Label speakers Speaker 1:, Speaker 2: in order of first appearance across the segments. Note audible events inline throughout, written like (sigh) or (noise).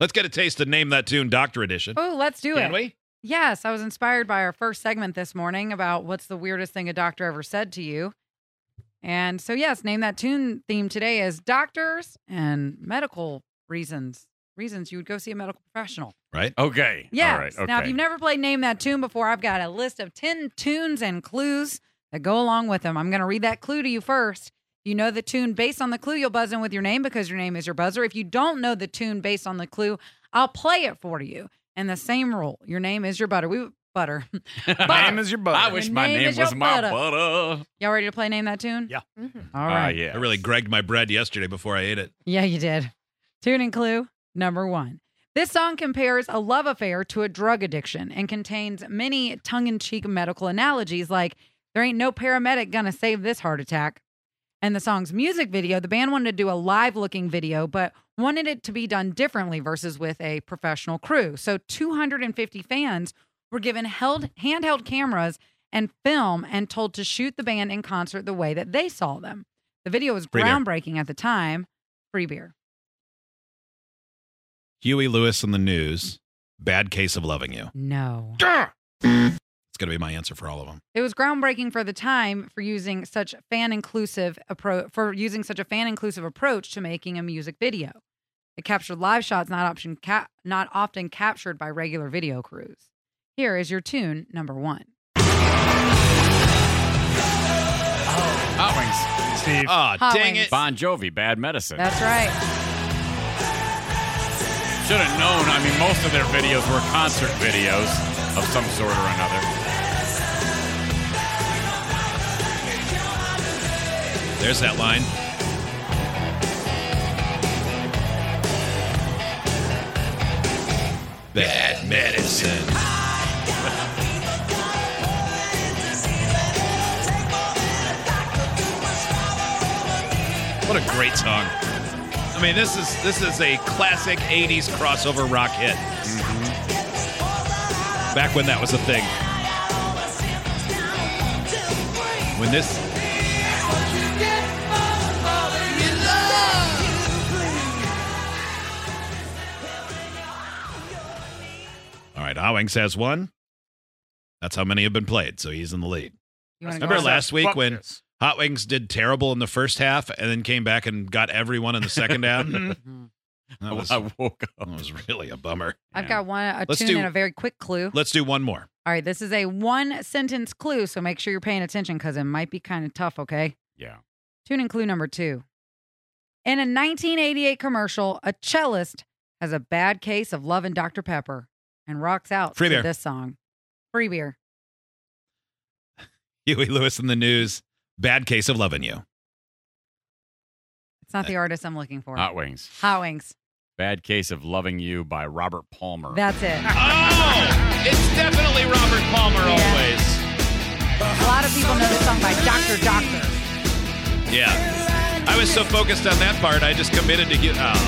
Speaker 1: Let's get a taste of Name That Tune Doctor Edition.
Speaker 2: Oh, let's do
Speaker 1: Can
Speaker 2: it.
Speaker 1: we?
Speaker 2: Yes, I was inspired by our first segment this morning about what's the weirdest thing a doctor ever said to you. And so, yes, name that tune theme today is doctors and medical reasons, reasons you would go see a medical professional.
Speaker 1: Right?
Speaker 3: Okay.
Speaker 2: Yes.
Speaker 3: All right. Okay. (laughs)
Speaker 2: Now, if you've never played Name That Tune before, I've got a list of 10 tunes and clues that go along with them. I'm going to read that clue to you first. If you know the tune based on the clue, you'll buzz in with your name because your name is your buzzer. If you don't know the tune based on the clue, I'll play it for you. And the same rule your name is your butter. We butter. (laughs)
Speaker 3: My
Speaker 2: butter.
Speaker 3: name is your butter.
Speaker 2: Your
Speaker 3: I wish my
Speaker 2: name
Speaker 3: name
Speaker 2: is your
Speaker 3: was my
Speaker 2: butter.
Speaker 3: butter.
Speaker 2: Y'all ready to play Name That Tune?
Speaker 3: Yeah.
Speaker 2: All
Speaker 3: Ah,
Speaker 2: right.
Speaker 3: yeah.
Speaker 1: I really gregged my bread yesterday before I ate it.
Speaker 2: Yeah, you did. Tune and clue number one. This song compares a love affair to a drug addiction and contains many tongue in cheek medical analogies like, there ain't no paramedic gonna save this heart attack. And the song's music video, the band wanted to do a live looking video, but wanted it to be done differently versus with a professional crew. So 250 fans were given held, handheld cameras and film and told to shoot the band in concert the way that they saw them. The video was
Speaker 1: Free beer.
Speaker 2: groundbreaking at the time. Free beer.
Speaker 1: Huey Lewis in the News, Bad Case of Loving You.
Speaker 2: No.
Speaker 1: It's going to be my answer for all of them.
Speaker 2: It was groundbreaking for the time for using such fan inclusive approach for using such a fan inclusive approach to making a music video. It captured live shots not option cap- not often captured by regular video crews. Here is your tune number 1. Oh,
Speaker 3: Hot wings. Steve.
Speaker 1: Ah,
Speaker 2: Hot
Speaker 1: dang
Speaker 2: wings.
Speaker 1: it.
Speaker 3: Bon Jovi, Bad Medicine.
Speaker 2: That's right.
Speaker 3: Should have known. I mean, most of their videos were concert videos of some sort or another.
Speaker 1: There's that line. Bad medicine. What a great song. I mean, this is this is a classic 80s crossover rock hit. Back when that was a thing. When this All right, Owings has one. That's how many have been played, so he's in the lead.
Speaker 2: You wanna
Speaker 1: Remember
Speaker 2: go?
Speaker 1: last week
Speaker 3: Fuck
Speaker 1: when
Speaker 3: this.
Speaker 1: Hot Wings did terrible in the first half and then came back and got everyone in the second
Speaker 3: (laughs)
Speaker 1: half? (laughs) That was,
Speaker 3: I
Speaker 1: that
Speaker 3: woke up.
Speaker 1: was really a bummer.
Speaker 2: I've got one a
Speaker 1: Let's
Speaker 2: tune
Speaker 1: do-
Speaker 2: and a very quick clue.
Speaker 1: Let's do one more.
Speaker 2: All right, this is a one sentence clue, so make sure you're paying attention cuz it might be kind of tough, okay?
Speaker 3: Yeah.
Speaker 2: Tune in clue number two. In a 1988 commercial, a cellist has a bad case of loving Dr. Pepper and rocks out
Speaker 1: Free
Speaker 2: to
Speaker 1: beer.
Speaker 2: this song. Free beer.
Speaker 1: Huey Lewis in the news. Bad case of loving you.
Speaker 2: It's not
Speaker 1: Uh,
Speaker 2: the artist I'm looking for.
Speaker 3: Hot wings.
Speaker 2: Hot Wings.
Speaker 3: Bad Case of Loving You by Robert Palmer.
Speaker 2: That's it.
Speaker 1: Oh, it's definitely Robert Palmer always.
Speaker 2: A lot of people know this song by Dr. Doctor.
Speaker 1: Yeah. I was so focused on that part, I just committed to get. Oh,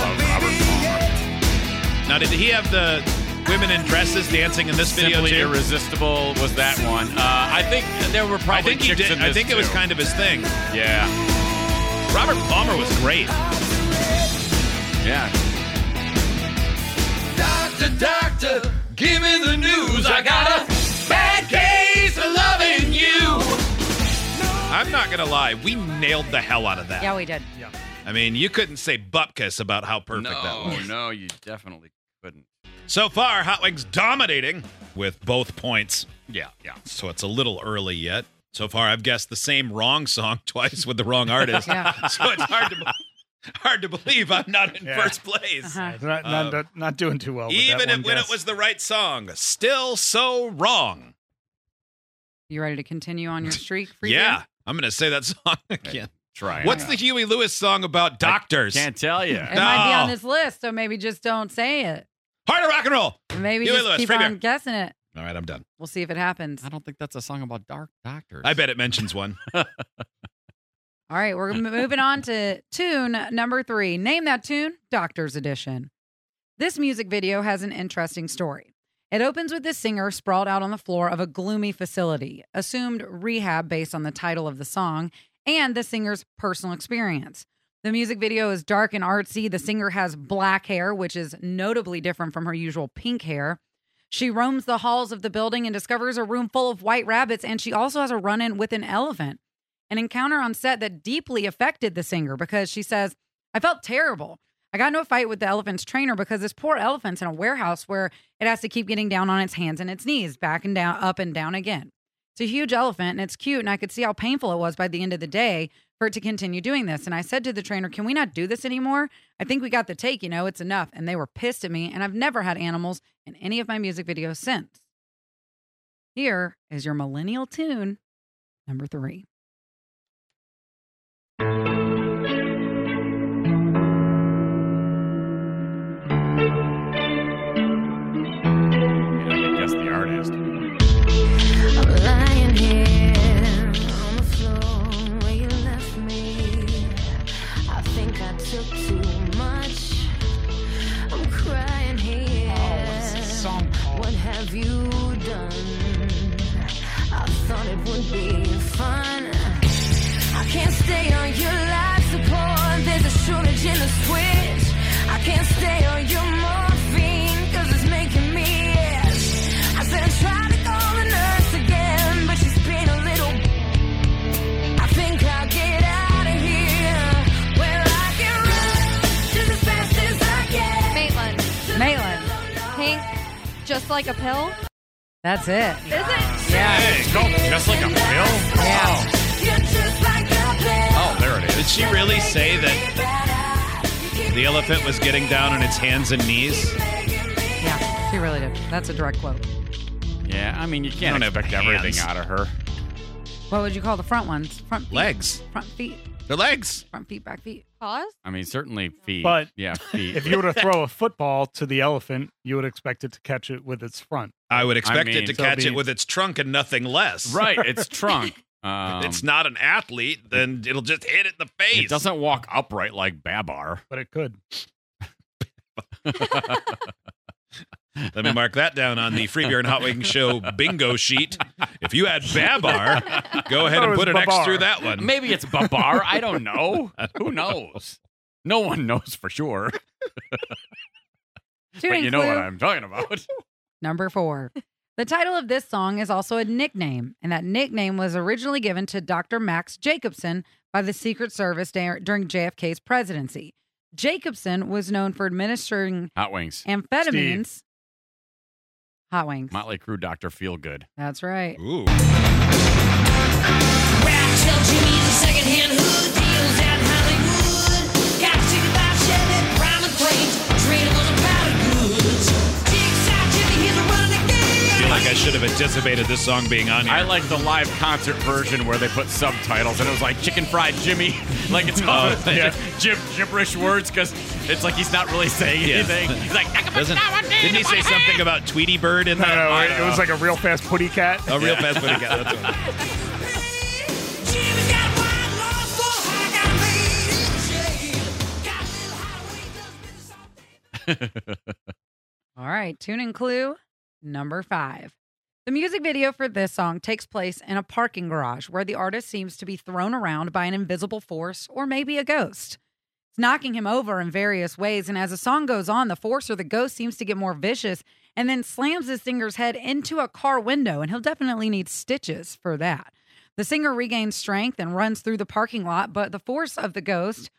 Speaker 3: Love Robert Palmer.
Speaker 1: now did he have the women in dresses dancing in this video
Speaker 3: Simply
Speaker 1: too?
Speaker 3: Irresistible was that one. Uh, I think there were probably
Speaker 1: I think he
Speaker 3: chicks
Speaker 1: did.
Speaker 3: in
Speaker 1: I
Speaker 3: this,
Speaker 1: think it was
Speaker 3: too.
Speaker 1: kind of his thing.
Speaker 3: Yeah.
Speaker 1: Robert Palmer was great.
Speaker 3: Yeah.
Speaker 4: Doctor, doctor, give me the news. I got a bad case of loving you.
Speaker 1: I'm not gonna lie, we nailed the hell out of that.
Speaker 2: Yeah, we did.
Speaker 1: I mean, you couldn't say bupkis about how perfect that
Speaker 3: No,
Speaker 1: was.
Speaker 3: no, you definitely couldn't.
Speaker 1: So far, Hot Wings dominating with both points.
Speaker 3: Yeah, yeah.
Speaker 1: So it's a little early yet. So far, I've guessed the same wrong song (laughs) twice with the wrong artist.
Speaker 2: Yeah.
Speaker 1: (laughs) So it's hard to hard to believe I'm not in
Speaker 5: Yeah.
Speaker 1: first place.
Speaker 2: Uh-huh.
Speaker 5: They're not, not, not, not doing too well. with that
Speaker 1: Um, Even
Speaker 5: one
Speaker 1: if, when it
Speaker 5: guess.
Speaker 1: was the right song, still so wrong.
Speaker 2: You ready to continue on your streak? Free
Speaker 1: yeah,
Speaker 2: beer?
Speaker 1: I'm gonna say that (laughs) song again.
Speaker 3: Try.
Speaker 1: What's the Huey Lewis song about doctors?
Speaker 3: Can't tell you.
Speaker 2: (laughs) It might be
Speaker 1: No.
Speaker 2: on this list, so maybe just don't say it.
Speaker 1: Harder rock and roll.
Speaker 2: Maybe
Speaker 1: Huey
Speaker 2: just
Speaker 1: Lewis,
Speaker 2: keep
Speaker 1: right
Speaker 2: on
Speaker 1: here.
Speaker 2: guessing it.
Speaker 1: All right, I'm done.
Speaker 2: We'll see if it happens.
Speaker 3: I don't think that's a song about dark doctors.
Speaker 1: I bet it mentions one.
Speaker 2: All right, we're m- moving on to tune number three. Name that tune, Doctor's Edition. This music video has an interesting story. It opens with the singer sprawled out on the floor of a gloomy facility, assumed rehab based on the title of the song and the singer's personal experience. The music video is dark and artsy. The singer has black hair, which is notably different from her usual pink hair. She roams the halls of the building and discovers a room full of white rabbits, and she also has a run in with an elephant an encounter on set that deeply affected the singer because she says, I felt terrible. I got into a fight with the elephant's trainer because this poor elephant's in a warehouse where it has to keep getting down on its hands and its knees, back and down, up and down again. It's a huge elephant and it's cute, and I could see how painful it was by the end of the day for it to continue doing this. And I said to the trainer, Can we not do this anymore? I think we got the take, you know, it's enough. And they were pissed at me, and I've never had animals in any of my music videos since. Here is your millennial tune, number three.
Speaker 3: I mean, I could guess the artist.
Speaker 6: I'm lying here on the floor where you left me. I think I took too much. I'm crying here. What have you done? I thought it would be fun. I can't stay on your life support. There's a shortage in the switch. I can't stay on your morphine because it's making me itch. I said I tried to call the nurse again, but she's been a little. I think I'll get out of here. Well, I can run just as fast as I can.
Speaker 7: Maitland.
Speaker 2: Maitland.
Speaker 7: Pink. Just like a pill.
Speaker 2: That's it.
Speaker 7: Is it?
Speaker 3: Hey, go just like a pill.
Speaker 2: Yeah.
Speaker 3: Oh,
Speaker 6: You're just like a pill.
Speaker 3: oh, there it
Speaker 1: Did
Speaker 3: is.
Speaker 1: she really say that the elephant was getting down on its hands and knees?
Speaker 2: Yeah, she really did. That's a direct quote.
Speaker 3: Yeah, I mean, you can't
Speaker 1: don't have
Speaker 3: expect
Speaker 1: hands.
Speaker 3: everything out of her.
Speaker 2: What would you call the front ones? Front feet.
Speaker 1: Legs.
Speaker 2: Front feet.
Speaker 1: Their legs.
Speaker 2: Front feet. Back feet.
Speaker 7: Pause?
Speaker 3: I mean, certainly feet.
Speaker 5: But
Speaker 3: yeah,
Speaker 1: (laughs)
Speaker 3: feet.
Speaker 5: If you were to throw a football to the elephant, you would expect it to catch it with its front.
Speaker 1: I would expect
Speaker 3: mean,
Speaker 1: it to
Speaker 5: so
Speaker 1: catch
Speaker 5: be-
Speaker 1: it with its trunk and nothing less.
Speaker 3: right, it's trunk. Um,
Speaker 1: it's not an athlete, then it'll just hit it in the face.
Speaker 3: It doesn't walk upright like Babar.
Speaker 5: But it could.
Speaker 1: Let me mark that down on the Free Beer and Hot Wings Show bingo sheet. If you had Babar, go ahead
Speaker 5: thought it
Speaker 1: and
Speaker 5: was
Speaker 1: put an X
Speaker 5: Babar.
Speaker 1: through that one.
Speaker 3: Maybe it's Babar. I don't know. Who knows? No one knows for sure. but
Speaker 2: Shooting
Speaker 3: you know what
Speaker 2: clue
Speaker 3: I'm talking about.
Speaker 2: Number four. The title of this song is also a nickname, and that nickname was originally given to Dr. Max Jacobson by the Secret Service da- during JFK's presidency. Jacobson was known for administering
Speaker 3: Hot wings.
Speaker 2: amphetamines. Hot wings.
Speaker 3: Motley Crue, Doctor Feel Good.
Speaker 2: That's right.
Speaker 1: Ooh.
Speaker 6: Rap tell Jimmy's a secondhand hood deals at Hollywood. Got a ticket by Chevy, rhyming cranes, trading on the powder goods. Jigs out, Jimmy, here's a running
Speaker 1: I feel like I
Speaker 6: game.
Speaker 1: should have anticipated this song being on here.
Speaker 3: I like the live concert version where they put subtitles and it was like chicken fried Jimmy. (laughs) Like it's all (laughs) gib- gibberish words because it's like he's not really saying
Speaker 1: Yeah.
Speaker 3: anything. He's like, (laughs)
Speaker 1: Doesn't, didn't he say something about Tweety Bird in
Speaker 5: No,
Speaker 1: that? (laughs)
Speaker 5: no,
Speaker 1: I
Speaker 5: it,
Speaker 1: don't
Speaker 5: it was
Speaker 1: know.
Speaker 5: like a real fast putty cat. (laughs)
Speaker 1: a real fast one. again, That's what it
Speaker 6: Jimmy's got wide laws for high, got made in jail. Got little highway does business all day.
Speaker 2: All right, tune and clue number five. The music video for this song takes place in a parking garage where the artist seems to be thrown around by an invisible force or maybe a ghost. It's knocking him over in various ways, and as the song goes on, the force or the ghost seems to get more vicious and then slams the singer's head into a car window, and he'll definitely need stitches for that. The singer regains strength and runs through the parking lot, but the force of the ghost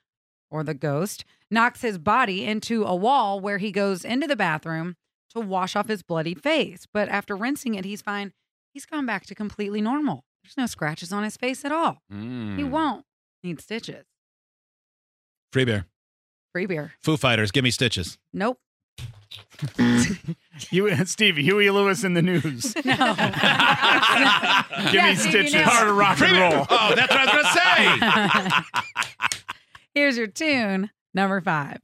Speaker 2: or the ghost, knocks his body into a wall where he goes into the bathroom to wash off his bloodied face. But after rinsing it, he's fine. He's gone back to completely normal. There's no scratches on his face at all. He won't need stitches.
Speaker 1: Free beer.
Speaker 2: Free beer.
Speaker 1: Foo Fighters, give me stitches.
Speaker 2: Nope.
Speaker 5: You, (laughs) Steve, Huey Lewis in the
Speaker 2: (laughs)
Speaker 5: news. (laughs) Give
Speaker 2: Yeah,
Speaker 5: me
Speaker 2: Stevie,
Speaker 5: stitches.
Speaker 2: no. Harder
Speaker 5: rock and roll.
Speaker 1: Oh, that's what I was going
Speaker 3: (laughs)
Speaker 1: to say.
Speaker 2: Here's your tune, number five.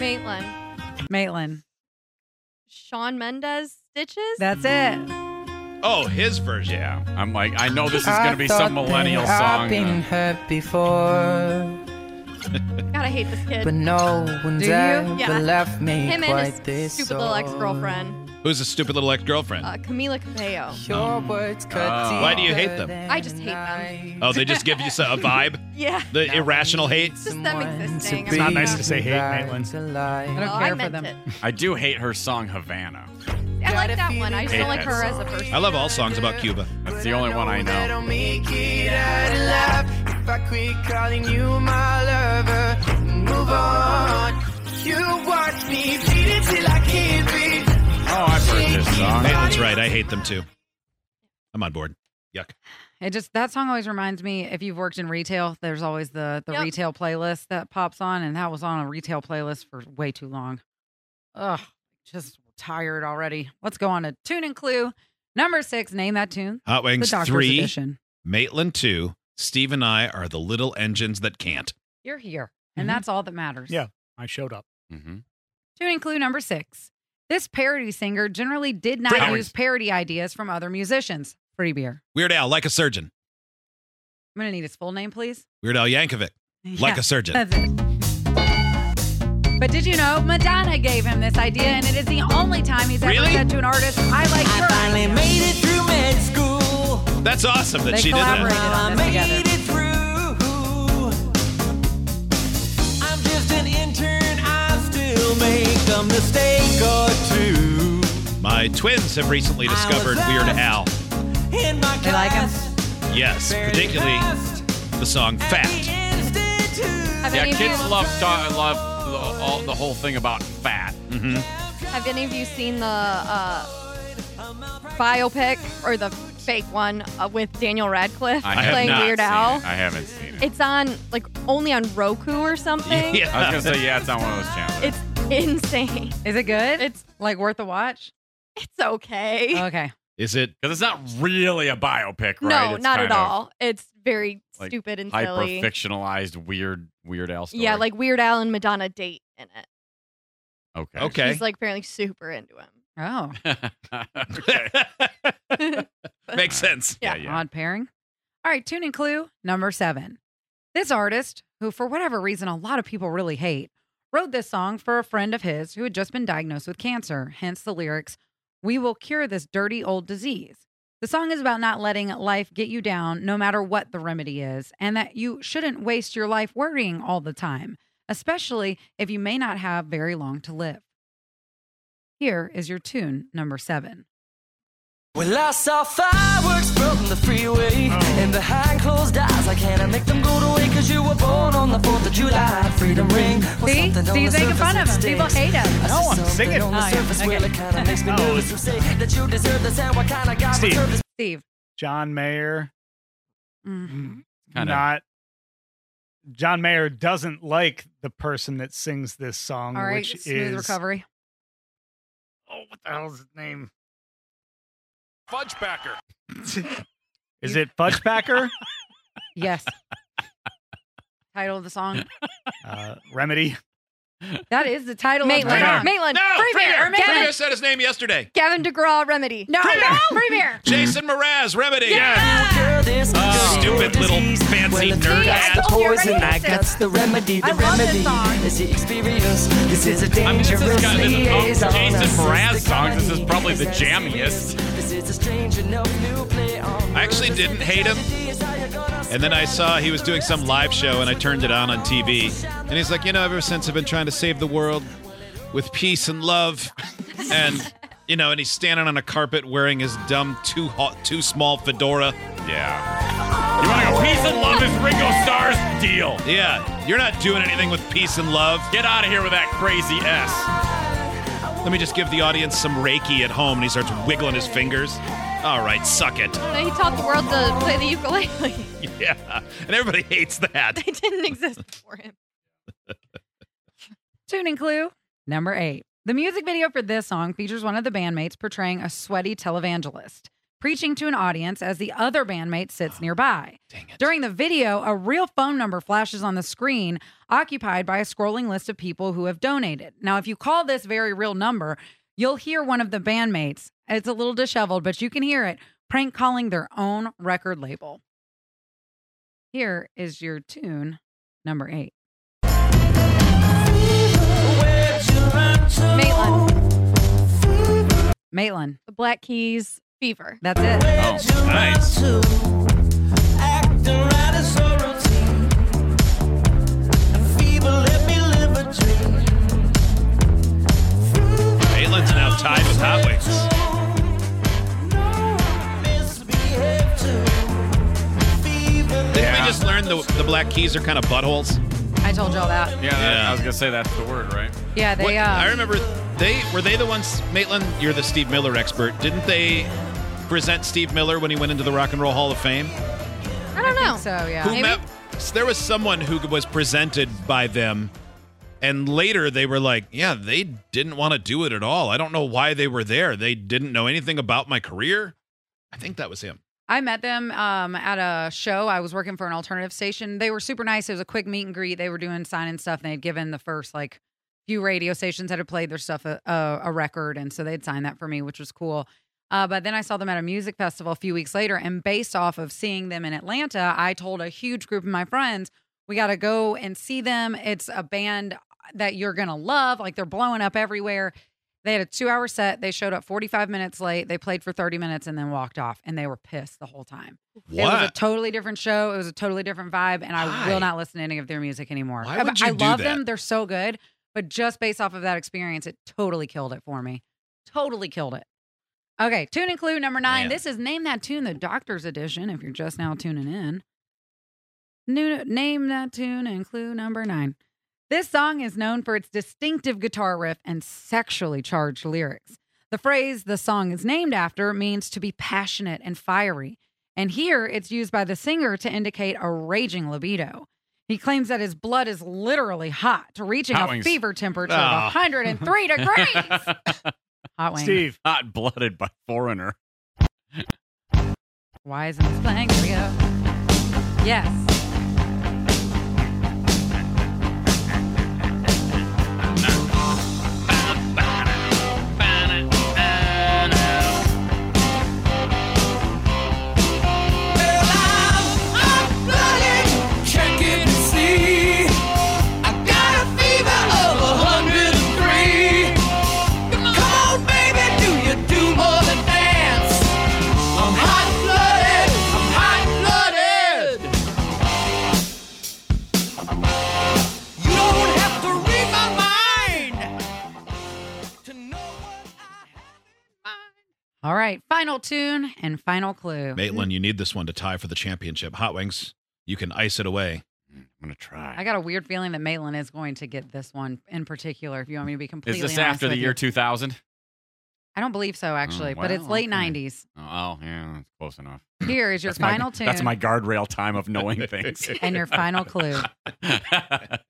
Speaker 6: Maitland.
Speaker 2: Maitland.
Speaker 6: Sean Mendez stitches.
Speaker 2: That's it.
Speaker 1: Oh, his version.
Speaker 3: Yeah, I'm like, I know this is gonna be some millennial song. uh,
Speaker 8: hurt before,
Speaker 6: God, I hate this kid.
Speaker 8: but no one's
Speaker 2: Do you?
Speaker 8: ever
Speaker 6: Yeah.
Speaker 8: left me
Speaker 6: Him and
Speaker 8: quite
Speaker 6: his
Speaker 8: this
Speaker 6: stupid little ex-girlfriend,
Speaker 1: Who's a stupid little ex girlfriend?
Speaker 6: uh, Camila Cabello.
Speaker 8: old. Your words cut
Speaker 3: Oh.
Speaker 1: Why do you hate
Speaker 8: deeper
Speaker 1: them?
Speaker 8: than
Speaker 6: I just hate them.
Speaker 8: I-
Speaker 1: oh, they just give you s- a vibe?
Speaker 6: Yeah.
Speaker 3: (laughs)
Speaker 1: The irrational hate?
Speaker 6: It's just them
Speaker 8: Someone to
Speaker 6: existing.
Speaker 8: be
Speaker 5: not nice to say hate,
Speaker 8: right
Speaker 5: Maitland.
Speaker 8: to
Speaker 2: I
Speaker 8: lie.
Speaker 6: Oh,
Speaker 2: don't
Speaker 6: I
Speaker 2: care for
Speaker 6: meant
Speaker 2: them.
Speaker 6: it.
Speaker 3: I do hate her song Havana.
Speaker 6: I like that one. I just
Speaker 3: Hate
Speaker 6: don't like
Speaker 3: that
Speaker 6: her as a
Speaker 3: song.
Speaker 6: person.
Speaker 1: I love all songs about Cuba.
Speaker 3: That's the only one I
Speaker 8: that
Speaker 3: know.
Speaker 8: I'll make it out alive if I quit calling you my lover. Move on. You watch me bleed until I can't breathe.
Speaker 3: Oh, I've heard this song.
Speaker 1: Hey, that's right. I hate them too. I'm on board. Yuck.
Speaker 2: It just that song always reminds me if you've worked in retail, there's always the the
Speaker 6: Yep.
Speaker 2: retail playlist that pops on, and that was on a retail playlist for way too long. Ugh, just tired already. Let's go on to tune and clue number six. Name that tune.
Speaker 1: Hot
Speaker 2: The
Speaker 1: Wings
Speaker 2: Doctor's
Speaker 1: 3,
Speaker 2: Edition.
Speaker 1: Maitland 2, Steve and I are the little engines that can't.
Speaker 2: You're here, and
Speaker 5: Mhm.
Speaker 2: that's all that matters.
Speaker 5: Yeah. I showed up.
Speaker 3: Mm-hmm.
Speaker 2: Mm-hmm. Tune and clue number six. This parody singer generally did not
Speaker 3: Freebie.
Speaker 2: use parody ideas from other musicians. Free beer.
Speaker 1: Weird Al, like a surgeon.
Speaker 2: I'm gonna need his full name, please.
Speaker 1: Weird Al Yankovic, like a surgeon.
Speaker 2: That's it. But did you know Madonna gave him this idea, and it is the only time he's ever
Speaker 1: Really?
Speaker 2: said to an artist, "I like
Speaker 8: I
Speaker 2: her."
Speaker 8: finally
Speaker 2: idea."
Speaker 8: made it through med school.
Speaker 1: That's awesome that
Speaker 2: They
Speaker 1: she did
Speaker 2: collaborate.
Speaker 1: that.
Speaker 2: Now I
Speaker 8: I
Speaker 2: made
Speaker 8: made it through. I'm just an intern. I still make a mistake or two.
Speaker 1: My twins have recently discovered
Speaker 8: I was
Speaker 1: Weird Al.
Speaker 8: lost. In my
Speaker 2: They like 'em?
Speaker 8: class,
Speaker 1: Yes,
Speaker 8: barely
Speaker 1: particularly
Speaker 8: passed
Speaker 1: the song
Speaker 8: at the
Speaker 1: Fat.
Speaker 8: institute.
Speaker 6: Have
Speaker 3: Yeah,
Speaker 6: any of
Speaker 3: kids
Speaker 6: you-
Speaker 3: love do- love the, all, the whole thing about fat.
Speaker 6: Have any of you seen the uh, biopic or the fake one uh, with Daniel Radcliffe
Speaker 3: I have
Speaker 6: playing
Speaker 1: not
Speaker 6: Weird
Speaker 3: seen
Speaker 6: Al?
Speaker 3: it. I haven't seen it.
Speaker 6: It's on like only on Roku or
Speaker 1: (laughs)
Speaker 6: something.
Speaker 1: Yeah.
Speaker 3: I was gonna say yeah, it's on one of those channels.
Speaker 6: It's (laughs) insane.
Speaker 2: Is it good?
Speaker 6: It's-
Speaker 2: like worth a watch.
Speaker 6: It's okay.
Speaker 2: Okay.
Speaker 1: Is
Speaker 2: (laughs)
Speaker 1: it
Speaker 3: Because it's not really a biopic, right?
Speaker 6: no,
Speaker 3: It's
Speaker 6: not
Speaker 3: kind of
Speaker 6: at all. It's very
Speaker 3: like,
Speaker 6: stupid and
Speaker 3: Hyper
Speaker 6: silly.
Speaker 3: fictionalized, weird, weird Al story.
Speaker 6: Yeah, like Weird Al and Madonna date in it.
Speaker 3: okay,
Speaker 1: okay?
Speaker 3: (laughs)
Speaker 6: He's like apparently super into him.
Speaker 2: Oh,
Speaker 3: okay.
Speaker 1: Makes sense.
Speaker 3: Yeah,
Speaker 6: Yeah.
Speaker 3: yeah.
Speaker 2: odd pairing. All right, tune and clue number seven. This artist, who for whatever reason a lot of people really hate, wrote this song for a friend of his who had just been diagnosed with cancer, hence the lyrics, We will cure this dirty old disease. The song is about not letting life get you down, no matter what the remedy is, and that you shouldn't waste your life worrying all the time, especially if you may not have very long to live. Here is your tune number seven.
Speaker 8: Well, I saw fireworks from the freeway, and behind closed eyes, I can't make them go to waste. Cause you were born on the 4th of July. Freedom ring. was
Speaker 2: See?
Speaker 8: something on
Speaker 2: See,
Speaker 8: the
Speaker 2: he's making
Speaker 8: surface
Speaker 2: fun
Speaker 8: that
Speaker 2: of him. People
Speaker 8: sticks.
Speaker 2: hate him.
Speaker 8: I
Speaker 5: No,
Speaker 8: see
Speaker 5: I'm
Speaker 8: something
Speaker 5: singing.
Speaker 8: On the
Speaker 2: Oh, yeah.
Speaker 8: surface, well,
Speaker 2: Okay.
Speaker 8: it kinda makes me
Speaker 5: Oh,
Speaker 8: nervous to say that you deserve this, and what kind of God
Speaker 5: Steve.
Speaker 8: reserved this
Speaker 2: Steve.
Speaker 5: John Mayer.
Speaker 2: Mm.
Speaker 3: Kinda.
Speaker 5: Not. John Mayer doesn't like the person that sings this song,
Speaker 2: All right,
Speaker 5: which
Speaker 2: smooth
Speaker 5: is (laughs)
Speaker 2: recovery.
Speaker 5: oh, what the hell's his name?
Speaker 3: Fudgebacker.
Speaker 5: Is it Fudgepacker?
Speaker 2: Yes. Title of the
Speaker 5: (laughs)
Speaker 2: song.
Speaker 5: uh, Remedy.
Speaker 2: That is the title of the
Speaker 6: Maitland.
Speaker 2: song.
Speaker 6: Maitland.
Speaker 1: No,
Speaker 6: Free beer.
Speaker 1: Premier.
Speaker 6: Gavin.
Speaker 1: Premier said his name yesterday.
Speaker 6: Gavin DeGraw remedy.
Speaker 2: No, no, free beer.
Speaker 1: Jason Mraz, Remedy.
Speaker 8: cure this
Speaker 3: Oh.
Speaker 1: Stupid little fancy
Speaker 8: well, if
Speaker 1: nerd
Speaker 8: that's
Speaker 1: ass.
Speaker 8: the poison,
Speaker 2: You're
Speaker 8: I
Speaker 2: racist.
Speaker 8: got the remedy. The
Speaker 2: I love this
Speaker 8: remedy
Speaker 2: song.
Speaker 8: is the experience. This is a
Speaker 3: I mean,
Speaker 8: dangerous
Speaker 3: this has got this is,
Speaker 8: liaison.
Speaker 3: of Jason
Speaker 8: This is
Speaker 3: Mraz
Speaker 8: the
Speaker 3: songs. This is
Speaker 8: comedy.
Speaker 3: probably the
Speaker 8: This is
Speaker 3: jammiest.
Speaker 8: This is a strange enough new play on
Speaker 1: I actually
Speaker 8: words.
Speaker 1: didn't hate him. And then I saw he was doing some live show, and I turned it on on TV. And he's like, you know, ever since I've been trying to save the world with peace and love, and you know, and he's standing on a carpet wearing his dumb too hot, too small fedora.
Speaker 3: Yeah. You want to go? Peace and love is Ringo Starr's deal.
Speaker 1: Yeah, you're not doing anything with peace and love.
Speaker 3: Get out of here with that crazy (laughs) S.
Speaker 1: Let me just give the audience some Reiki at home, and he starts wiggling his fingers. All right, suck it.
Speaker 6: He taught the world to play the ukulele. (laughs)
Speaker 1: Yeah, and everybody hates that.
Speaker 6: they didn't exist before him.
Speaker 2: Tuning clue number eight. The music video for this song features one of the bandmates portraying a sweaty televangelist, preaching to an audience as the other bandmate sits nearby. During the video, a real phone number flashes on the screen, occupied by a scrolling list of people who have donated. Now, if you call this very real number, you'll hear one of the bandmates. It's a little disheveled, but you can hear it prank calling their own record label. Here is your tune number eight.
Speaker 6: Maitland,
Speaker 2: Maitland.
Speaker 6: the Black Keys, Fever.
Speaker 2: That's it.
Speaker 3: Oh, nice.
Speaker 1: Maitland's now tied with Hot Wings. Didn't
Speaker 3: Yeah.
Speaker 1: we just learn the, the Black Keys are kind of buttholes?
Speaker 2: I told y'all that.
Speaker 3: Yeah, that-
Speaker 1: Yeah.
Speaker 3: I was gonna say that's the word, right?
Speaker 2: Yeah,
Speaker 1: What-
Speaker 2: they
Speaker 1: I
Speaker 2: uh,
Speaker 1: remember they were they the ones Maitland. You're the Steve Miller expert. Didn't they present Steve Miller when he went into the Rock and Roll Hall of Fame?
Speaker 6: I don't know.
Speaker 2: so yeah.
Speaker 1: Who met- there was someone who was presented by them, and later they were like, "Yeah, they didn't want to do it at all. I don't know why they were there. They didn't know anything about my career." I think that was him.
Speaker 2: I met them um, at a show. I was working for an alternative station. They were super nice. It was a quick meet and greet. They were doing sign and stuff. And they'd given the first like few radio stations that had played their stuff a, a, a record, and so they'd signed that for me, which was cool. Uh, but then I saw them at a music festival a few weeks later, and based off of seeing them in Atlanta, I told a huge group of my friends, "We got to go and see them. It's a band that you're gonna love. Like they're blowing up everywhere." They had a two hour set. They showed up 45 minutes late. They played for 30 minutes and then walked off, and they were pissed the whole time. It was a
Speaker 1: What?
Speaker 2: totally different show. It was a totally different vibe, and I
Speaker 1: Why?
Speaker 2: will not listen to any of their music anymore.
Speaker 1: Why
Speaker 2: I-
Speaker 1: would you
Speaker 2: I
Speaker 1: do
Speaker 2: love
Speaker 1: that?
Speaker 2: them; they're so good. But just based off of that experience, it totally killed it for me. Totally killed it. Okay, tune and clue number nine.
Speaker 1: Man.
Speaker 2: This is name that tune, the Doctor's Edition. If you're just now tuning in, New, name that tune and clue number nine. This song is known for its distinctive guitar riff and sexually charged lyrics. The phrase the song is named after means to be passionate and fiery, and here it's used by the singer to indicate a raging libido. He claims that his blood is literally hot, reaching
Speaker 3: Hot
Speaker 2: a
Speaker 3: wings. Ah.
Speaker 2: fever temperature
Speaker 1: Oh.
Speaker 2: of
Speaker 3: (laughs)
Speaker 2: 103 degrees. Hot wings.
Speaker 5: Steve,
Speaker 3: Hot blooded by foreigner.
Speaker 2: Why isn't this playing? Here we go. Yes. All right. Final tune and final clue.
Speaker 1: Maitland, you need this one to tie for the championship. Hot Wings, you can ice it away.
Speaker 3: I'm gonna try.
Speaker 2: I got a weird feeling that Maitland is going to get this one in particular. If you want me to be
Speaker 3: Is
Speaker 2: completely
Speaker 3: this
Speaker 2: honest
Speaker 3: after the
Speaker 2: with
Speaker 3: year
Speaker 2: you.
Speaker 3: 2000?
Speaker 2: I don't believe so, actually, but it's
Speaker 3: well,
Speaker 2: late
Speaker 3: okay.
Speaker 2: 90s.
Speaker 3: Oh, oh, yeah, that's close enough.
Speaker 2: Here is your
Speaker 3: my-
Speaker 2: final tune
Speaker 3: That's my guardrail time of (laughs)
Speaker 5: (laughs)
Speaker 3: knowing things.
Speaker 2: and your final
Speaker 3: (laughs)
Speaker 2: clue.
Speaker 3: That's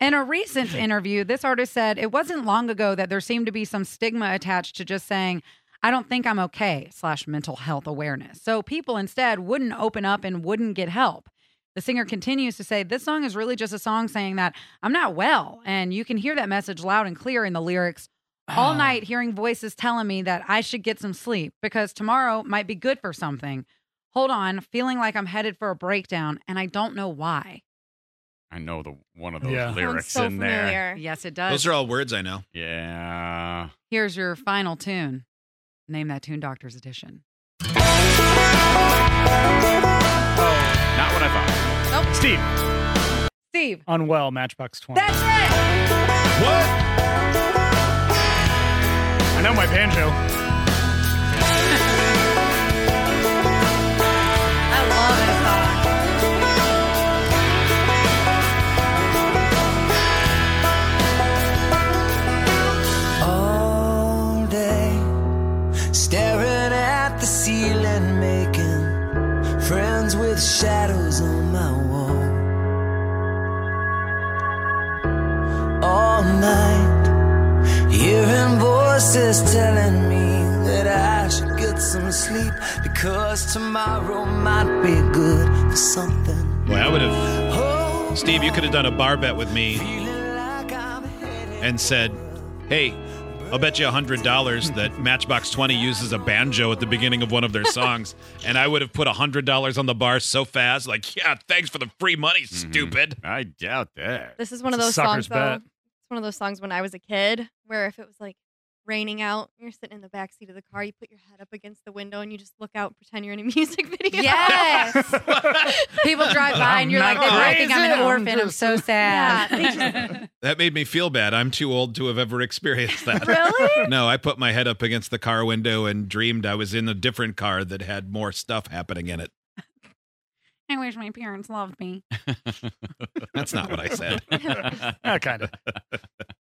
Speaker 2: In a recent interview, this artist said it wasn't long ago that there seemed to be some stigma attached to just saying, I don't think I'm okay, slash mental health awareness. So people instead wouldn't open up and wouldn't get help. The singer continues to say, This song is really just a song saying that I'm not well. And you can hear that message loud and clear in the lyrics
Speaker 1: Ah.
Speaker 2: all night, hearing voices telling me that I should get some sleep because tomorrow might be good for something. Hold on, feeling like I'm headed for a breakdown and I don't know why.
Speaker 3: (laughs) I know the one of those
Speaker 5: Yeah.
Speaker 3: lyrics
Speaker 6: Sounds so
Speaker 3: in there.
Speaker 6: familiar.
Speaker 2: Yes, it does.
Speaker 1: Those are all words I know.
Speaker 3: Yeah.
Speaker 2: Here's your final tune. Name that tune, Doctor's Edition.
Speaker 3: Not what I thought.
Speaker 5: Oh. Steve,
Speaker 2: Steve.
Speaker 5: unwell, Matchbox 20.
Speaker 2: That's it.
Speaker 1: What?
Speaker 5: I know my banjo.
Speaker 2: I love this song.
Speaker 8: All day, staring at the ceiling, making friends with shadows on my wall. All night.
Speaker 9: nurses telling me that I should get some sleep because tomorrow might be good for something.
Speaker 1: Boy, I would have. Steve, you could have done a bar bet with me and said, hey, I'll bet you $100 that Matchbox 20 uses a banjo at the beginning of one of their (laughs) songs. and I would have put $100 on the bar so fast, like, yeah, thanks for the free money, stupid.
Speaker 3: I doubt that.
Speaker 6: This is one of
Speaker 5: It's a
Speaker 6: those
Speaker 5: sucker's
Speaker 6: songs, though.
Speaker 5: bet.
Speaker 6: It's one of those songs when I was a kid where if it was like raining out, you're sitting in the back seat of the car, you put your head up against the window and you just look out and pretend you're in a (laughs) music video.
Speaker 2: Yes. People drive by and you're like, they probably think I'm an orphan. I'm (laughs) so
Speaker 6: Yeah,
Speaker 2: sad. (laughs)
Speaker 6: they just-
Speaker 1: That made me feel bad. I'm too old to have ever experienced (laughs) that.
Speaker 6: really?
Speaker 1: No, I put my head up against the car window and dreamed I was in a different car that had more stuff happening in it.
Speaker 2: I wish my parents loved me.
Speaker 1: That's not what I said.
Speaker 5: Uh, Yeah, kind of.